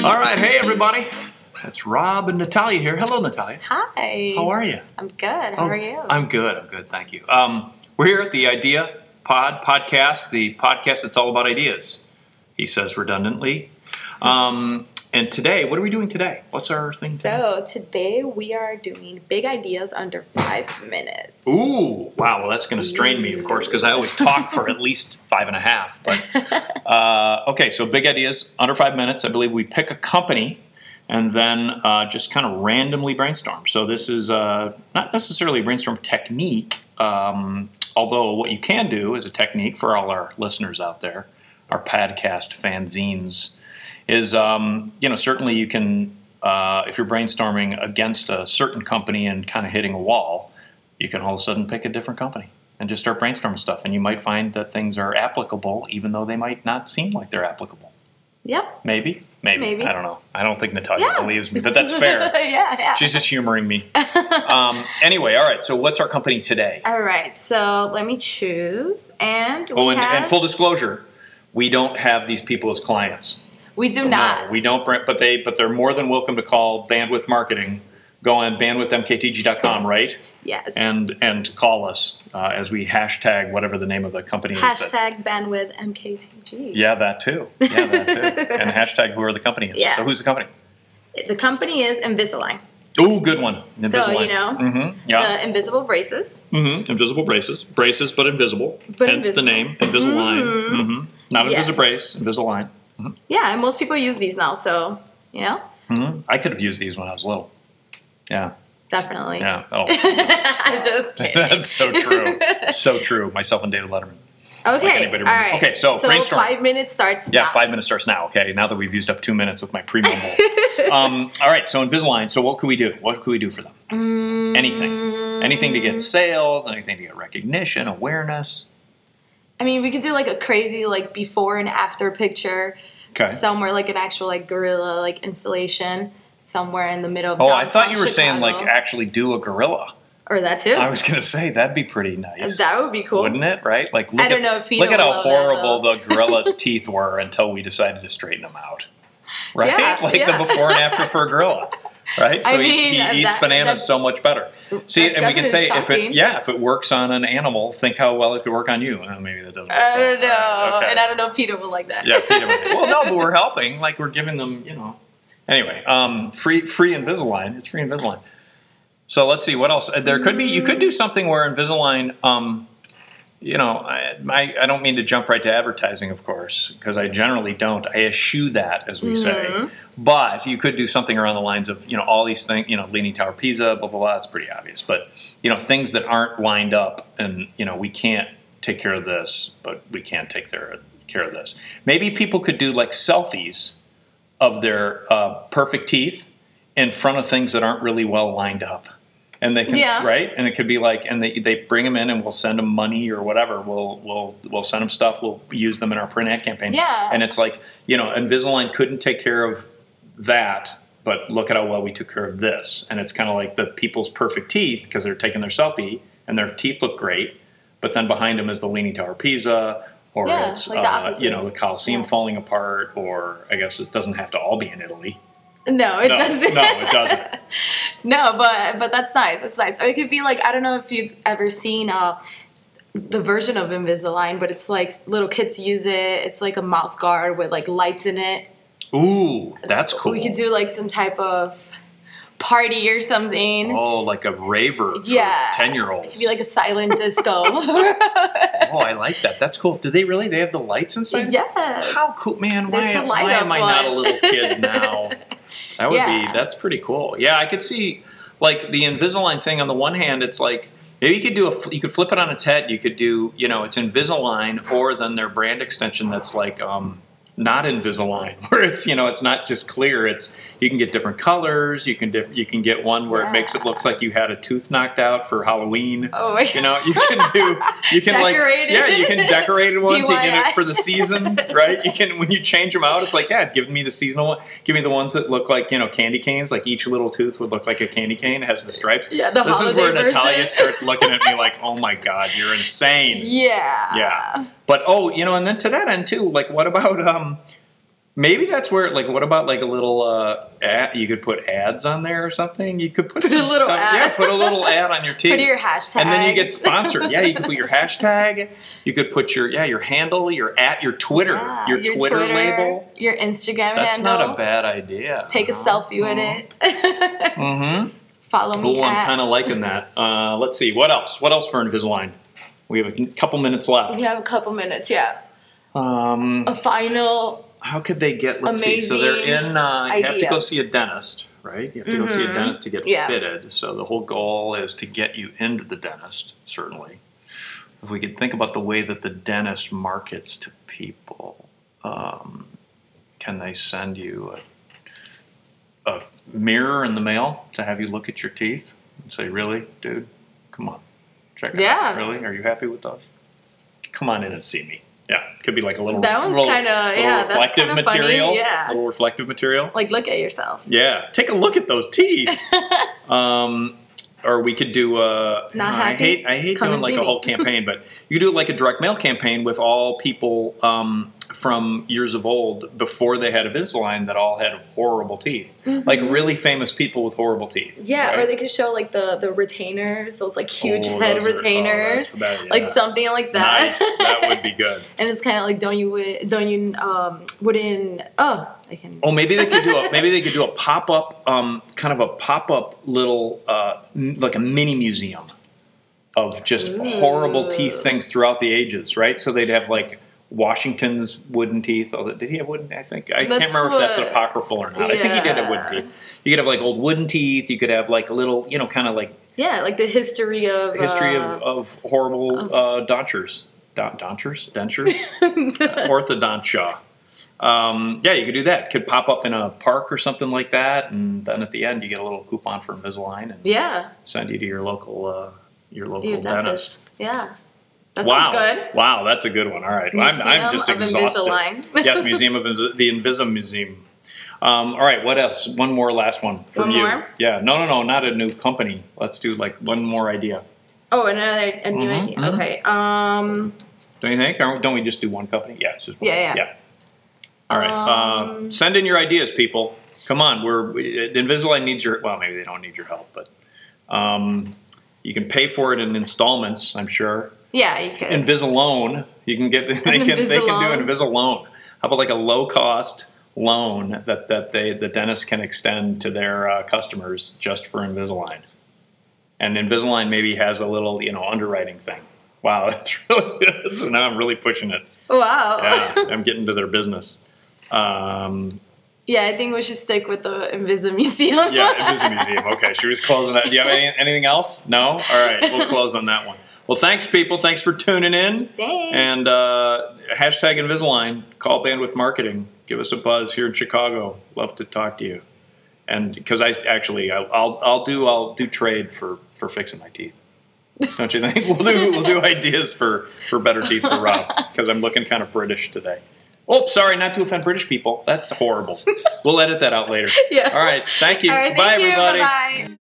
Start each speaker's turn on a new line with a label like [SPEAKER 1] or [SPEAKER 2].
[SPEAKER 1] right, hey everybody. That's Rob and Natalia here. Hello, Natalia.
[SPEAKER 2] Hi.
[SPEAKER 1] How are you?
[SPEAKER 2] I'm good. How
[SPEAKER 1] Oh,
[SPEAKER 2] are you?
[SPEAKER 1] I'm good. I'm good. Thank you. Um, we're here at the Idea Pod podcast, the podcast that's all about ideas. He says redundantly. Um, and today, what are we doing today? What's our thing? today?
[SPEAKER 2] so today we are doing big ideas under five minutes.
[SPEAKER 1] Ooh, wow. Well, that's going to strain me, of course, because I always talk for at least five and a half. But uh, okay, so big ideas under five minutes. I believe we pick a company and then uh, just kind of randomly brainstorm. So this is uh, not necessarily a brainstorm technique, um, although what you can do as a technique for all our listeners out there, our podcast fanzines, is um, you know certainly you can uh, if you're brainstorming against a certain company and kind of hitting a wall you can all of a sudden pick a different company and just start brainstorming stuff and you might find that things are applicable even though they might not seem like they're applicable
[SPEAKER 2] Yep.
[SPEAKER 1] maybe maybe,
[SPEAKER 2] Maybe.
[SPEAKER 1] i don't know i don't think natalia
[SPEAKER 2] Yeah.
[SPEAKER 1] believes me but that's fair
[SPEAKER 2] yeah, yeah.
[SPEAKER 1] she's just humoring me um, anyway all right so what's our company today
[SPEAKER 2] All right. So let me choose, and
[SPEAKER 1] oh
[SPEAKER 2] Uh, we
[SPEAKER 1] and,
[SPEAKER 2] have
[SPEAKER 1] and full disclosure we don't have these people as clients
[SPEAKER 2] we do not.
[SPEAKER 1] No, we don't. br- But they, but they're more than welcome to call Bandwidth Marketing. Go on bandwidthmktg.com, right?
[SPEAKER 2] Yes.
[SPEAKER 1] And and call us uh, as we hashtag whatever the name of the company is. that-
[SPEAKER 2] Hashtag bandwidth MKCG.
[SPEAKER 1] yeah, that too. Yeah, that too. and hashtag whoever the company is.
[SPEAKER 2] Yeah.
[SPEAKER 1] So who's the company?
[SPEAKER 2] The company is Invisalign.
[SPEAKER 1] Ooh, good one.
[SPEAKER 2] So you know uh,
[SPEAKER 1] hmm Yeah.
[SPEAKER 2] the invisible braces.
[SPEAKER 1] hmm Invisible braces. Braces, but invisible.
[SPEAKER 2] But
[SPEAKER 1] Hence
[SPEAKER 2] invisible. Mm-hmm.
[SPEAKER 1] the name. Invisalign. hmm Not
[SPEAKER 2] Yes.
[SPEAKER 1] Invisibrace. Invisalign.
[SPEAKER 2] Yeah, and most people use these now. So you know,
[SPEAKER 1] hmm I could have used these when I was little. Yeah.
[SPEAKER 2] definitely.
[SPEAKER 1] Yeah. Oh.
[SPEAKER 2] I'm just kidding.
[SPEAKER 1] That's so true. so true. Myself and David Letterman.
[SPEAKER 2] Okay.
[SPEAKER 1] anybody remember.
[SPEAKER 2] all right.
[SPEAKER 1] Okay, so brainstorm.
[SPEAKER 2] five minutes starts.
[SPEAKER 1] Yeah,
[SPEAKER 2] now.
[SPEAKER 1] five minutes starts now. Okay, now that we've used up two minutes with my primo bowl. um, all right, so Invisalign. So what could we do? What could we do for them? Anything. Anything to get sales. Anything to get recognition, awareness.
[SPEAKER 2] I mean, we could do like a crazy like before and after picture.
[SPEAKER 1] Okay.
[SPEAKER 2] Somewhere like an actual like gorilla like installation somewhere in the middle of.
[SPEAKER 1] Oh, I thought
[SPEAKER 2] downtown
[SPEAKER 1] you were saying like
[SPEAKER 2] Chicago.
[SPEAKER 1] actually do a gorilla.
[SPEAKER 2] or that too.
[SPEAKER 1] I was gonna say that'd be pretty nice.
[SPEAKER 2] that would be cool.
[SPEAKER 1] Wouldn't it? Right? Like, look
[SPEAKER 2] I don't
[SPEAKER 1] at,
[SPEAKER 2] know if Peter
[SPEAKER 1] look at
[SPEAKER 2] will
[SPEAKER 1] how
[SPEAKER 2] allow that,
[SPEAKER 1] horrible the gorilla's teeth were until we decided to straighten them out. Right?
[SPEAKER 2] Yeah,
[SPEAKER 1] like
[SPEAKER 2] yeah.
[SPEAKER 1] the before and after for a gorilla. Right? So
[SPEAKER 2] I
[SPEAKER 1] he,
[SPEAKER 2] mean,
[SPEAKER 1] he eats
[SPEAKER 2] that-
[SPEAKER 1] bananas
[SPEAKER 2] that's-
[SPEAKER 1] so much better. See,
[SPEAKER 2] that's
[SPEAKER 1] and we can say if
[SPEAKER 2] definitely
[SPEAKER 1] it
[SPEAKER 2] shocking.
[SPEAKER 1] yeah, if it works on an animal, think how well it could work on you. Uh, maybe that doesn't.
[SPEAKER 2] I don't know,
[SPEAKER 1] work. All right, okay.
[SPEAKER 2] and I don't know if Peter would like that.
[SPEAKER 1] Yeah, Peter. would- well, no, but we're helping. Like we're giving them, you know. Anyway, um, free free Invisalign. It's free Invisalign. So let's see what else. Uh, There could be you could do something where Invisalign. Um, you know, I, I, I don't mean to jump right to advertising, of course, because I generally don't. I eschew that, as we say. But you could do something around the lines of, you know, all these things, you know, Leaning Tower Pisa, blah, blah, blah. It's pretty obvious. But, you know, things that aren't lined up and, you know, we can't take care of this, but we can take their, care of this. Maybe people could do like selfies of their uh, perfect teeth in front of things that aren't really well lined up. And they can,
[SPEAKER 2] Yeah.
[SPEAKER 1] right? And it could be like, and they, they bring them in and we'll send them money or whatever. We'll, we'll, we'll send them stuff. We'll use them in our print ad campaign.
[SPEAKER 2] Yeah.
[SPEAKER 1] And it's like, you know, Invisalign couldn't take care of that, but look at how well we took care of this. And it's kind of like the people's perfect teeth because they're taking their selfie and their teeth look great. But then behind them is the Leaning Tower Pisa or
[SPEAKER 2] Yeah,
[SPEAKER 1] it's,
[SPEAKER 2] like the
[SPEAKER 1] uh, you know, the
[SPEAKER 2] opposites.
[SPEAKER 1] Colosseum
[SPEAKER 2] Yeah.
[SPEAKER 1] falling apart or I guess it doesn't have to all be in Italy.
[SPEAKER 2] No, it
[SPEAKER 1] no,
[SPEAKER 2] doesn't.
[SPEAKER 1] no, it doesn't.
[SPEAKER 2] No, but but that's nice. That's nice. Or it could be like I don't know if you've ever seen uh, the version of Invisalign, but it's like little kids use it. It's like a mouth guard with like lights in it.
[SPEAKER 1] Ooh, that's cool.
[SPEAKER 2] We could do like some type of party or something.
[SPEAKER 1] Oh, like a raver
[SPEAKER 2] Yeah.
[SPEAKER 1] for 10 year olds.
[SPEAKER 2] It'd be like a silent disco.
[SPEAKER 1] oh, I like that. That's cool. Do they really? They have the lights inside?
[SPEAKER 2] yes.
[SPEAKER 1] How cool, man! Why,
[SPEAKER 2] There's a light
[SPEAKER 1] why
[SPEAKER 2] up
[SPEAKER 1] am I not a
[SPEAKER 2] one.
[SPEAKER 1] little kid now? That would be
[SPEAKER 2] Yeah.
[SPEAKER 1] that's pretty cool. Yeah, I could see like the Invisalign thing. On the one hand, it's like maybe you could do a fl- you could flip it on its head. You could do you know it's Invisalign or then their brand extension that's like um, not Invisalign, where it's you know it's not just clear. It's you can get different colors. You can diff- you can get one where it makes it look like you had a tooth knocked out for Halloween.
[SPEAKER 2] Oh my
[SPEAKER 1] You know, you can do, you can like,
[SPEAKER 2] Decorated.
[SPEAKER 1] yeah, you can decorate ones. You can
[SPEAKER 2] DIY.
[SPEAKER 1] for the season, right? You can when you change them out, it's like, yeah, give me the seasonal one. Give me the ones that look like you know candy canes. Like each little tooth would look like a candy cane. It has the stripes.
[SPEAKER 2] Yeah, the
[SPEAKER 1] this is where
[SPEAKER 2] holiday
[SPEAKER 1] Natalia
[SPEAKER 2] version.
[SPEAKER 1] starts looking at me like, oh my god, you're insane.
[SPEAKER 2] Yeah.
[SPEAKER 1] Yeah. But oh, you know, and then to that end too, like what about um Maybe that's where, like, what about like a little uh, ad? You could put ads on there or something. You could put,
[SPEAKER 2] Put a
[SPEAKER 1] some
[SPEAKER 2] little
[SPEAKER 1] stuff-
[SPEAKER 2] ad.
[SPEAKER 1] Yeah, put a little ad on your TV.
[SPEAKER 2] Put your hashtag.
[SPEAKER 1] and then you get sponsored. Yeah, you could put your hashtag. You could put your yeah your handle, your at your Twitter,
[SPEAKER 2] Yeah,
[SPEAKER 1] your, Twitter, label.
[SPEAKER 2] your Instagram
[SPEAKER 1] That's
[SPEAKER 2] handle.
[SPEAKER 1] not a bad idea.
[SPEAKER 2] Take a selfie with it.
[SPEAKER 1] Mm-hmm.
[SPEAKER 2] Follow me
[SPEAKER 1] Ooh, I'm
[SPEAKER 2] at.
[SPEAKER 1] kind of liking that. Uh, let's see what else. What else for Invisalign? We have a couple minutes left.
[SPEAKER 2] we have a couple minutes. Yeah,
[SPEAKER 1] Um,
[SPEAKER 2] a final.
[SPEAKER 1] how could they get? Let's see. So they're in. Uh, you have to
[SPEAKER 2] idea.
[SPEAKER 1] go see a dentist, right? You have to go see a dentist to get
[SPEAKER 2] Mm-hmm. Yeah.
[SPEAKER 1] fitted. So the whole goal is to get you into the dentist. Certainly, if we could think about the way that the dentist markets to people, um, can they send you a, a mirror in the mail to have you look at your teeth and say, "Really, dude? Come on, check it
[SPEAKER 2] Yeah.
[SPEAKER 1] out. Really, are you happy with those? Come on in and see me." Yeah, could be like a little
[SPEAKER 2] That one's
[SPEAKER 1] little-
[SPEAKER 2] kinda-
[SPEAKER 1] little
[SPEAKER 2] yeah, that's
[SPEAKER 1] reflective
[SPEAKER 2] kinda funny,
[SPEAKER 1] material.
[SPEAKER 2] yeah.
[SPEAKER 1] little reflective material.
[SPEAKER 2] Like, look at yourself.
[SPEAKER 1] Yeah, take a look at those teeth. um, or we could do a.
[SPEAKER 2] Not
[SPEAKER 1] you know, I
[SPEAKER 2] happy?
[SPEAKER 1] hate I hate
[SPEAKER 2] Come
[SPEAKER 1] doing
[SPEAKER 2] and
[SPEAKER 1] like
[SPEAKER 2] see
[SPEAKER 1] a
[SPEAKER 2] me.
[SPEAKER 1] whole campaign, but you do like a direct mail campaign with all people um, from years of old before they had Invisalign that all had horrible teeth, like really famous people with horrible teeth.
[SPEAKER 2] Mm-hmm. Yeah, or
[SPEAKER 1] right?
[SPEAKER 2] they could show like the the retainers, those like huge
[SPEAKER 1] Oh,
[SPEAKER 2] head
[SPEAKER 1] those are- oh,
[SPEAKER 2] retainers,
[SPEAKER 1] that's bad, yeah.
[SPEAKER 2] like something like that.
[SPEAKER 1] Nice, that would be good.
[SPEAKER 2] and it's kind of like don't you wi- don't you um wouldn't oh I can't. Even.
[SPEAKER 1] Oh, maybe they could do a maybe they could do a pop up, um, kind of a pop up little uh, m- like a mini museum of just horrible teeth things throughout the ages, right? So they'd have like Washington's wooden teeth. Oh, did he have wooden? I think I can't
[SPEAKER 2] That's
[SPEAKER 1] remember if that's
[SPEAKER 2] what-
[SPEAKER 1] apocryphal or not. I think he did have wooden
[SPEAKER 2] Yeah.
[SPEAKER 1] teeth. You could have like old wooden teeth. You could have like little, you know, kind of like
[SPEAKER 2] Yeah, like the history of
[SPEAKER 1] history
[SPEAKER 2] uh,
[SPEAKER 1] of, of horrible uh, dentures, Don- dentures, dentures, Uh, orthodontia. Um, yeah, you could do that. Could pop up in a park or something like that, and then at the end you get a little coupon for Invisalign and
[SPEAKER 2] yeah
[SPEAKER 1] send you to your local uh, your local
[SPEAKER 2] your
[SPEAKER 1] dentist.
[SPEAKER 2] dentist. Yeah, that
[SPEAKER 1] wow,
[SPEAKER 2] sounds good.
[SPEAKER 1] wow, that's a good one. All right, Well, I'm, I'm
[SPEAKER 2] Museum
[SPEAKER 1] just
[SPEAKER 2] of
[SPEAKER 1] exhausted.
[SPEAKER 2] Invisalign.
[SPEAKER 1] yes, Museum of Invis- the Invisum Museum. Um, all right, what else? One more, last one from
[SPEAKER 2] One
[SPEAKER 1] you.
[SPEAKER 2] more?
[SPEAKER 1] Yeah, no, no, no, not a new company. Let's do like one more idea.
[SPEAKER 2] Oh, another a new
[SPEAKER 1] Mhm,
[SPEAKER 2] idea.
[SPEAKER 1] mhm.
[SPEAKER 2] Okay. Um.
[SPEAKER 1] Don't you think? Aren't- Don't we just do one company? Yeah, it's just one.
[SPEAKER 2] Yeah, Um, yeah.
[SPEAKER 1] All right. uh, send in your ideas, people. Come on, we're we- Invisalign needs your. Well, maybe they don't need your help, but um, you can pay for it in installments. I'm sure.
[SPEAKER 2] Yeah, you could.
[SPEAKER 1] Invisalone. You can get. They can. They can do
[SPEAKER 2] Invisalone.
[SPEAKER 1] Invisalone. How about like a low cost loan that that they the dentist can extend to their uh, customers just for Invisalign. And Invisalign maybe has a little you know underwriting thing. Wow, that's really. That's, now I'm really pushing it.
[SPEAKER 2] Oh, wow.
[SPEAKER 1] Yeah, I'm getting to their business. Um,
[SPEAKER 2] Yeah, I think we should stick with the Invisa Museum.
[SPEAKER 1] yeah, it is a museum. Okay, she was closing that. Do you have any, anything else? No? All right, we'll close on that one. Well, thanks, people. Thanks for tuning in.
[SPEAKER 2] Thanks.
[SPEAKER 1] And uh, hashtag Invisalign, call Bandwidth Marketing. Give us a buzz here in Chicago. Love to talk to you. And because I actually, I, I'll, I'll do I'll do trade for, for fixing my teeth. Don't you think? We'll do we'll do ideas for for better teeth for Rob because I'm looking kind of British today. Oh, sorry, not to offend British people. That's horrible. We'll edit that out later.
[SPEAKER 2] Yeah.
[SPEAKER 1] All right. Thank you.
[SPEAKER 2] All right. Thank
[SPEAKER 1] Bye,
[SPEAKER 2] you.
[SPEAKER 1] everybody.
[SPEAKER 2] Bye.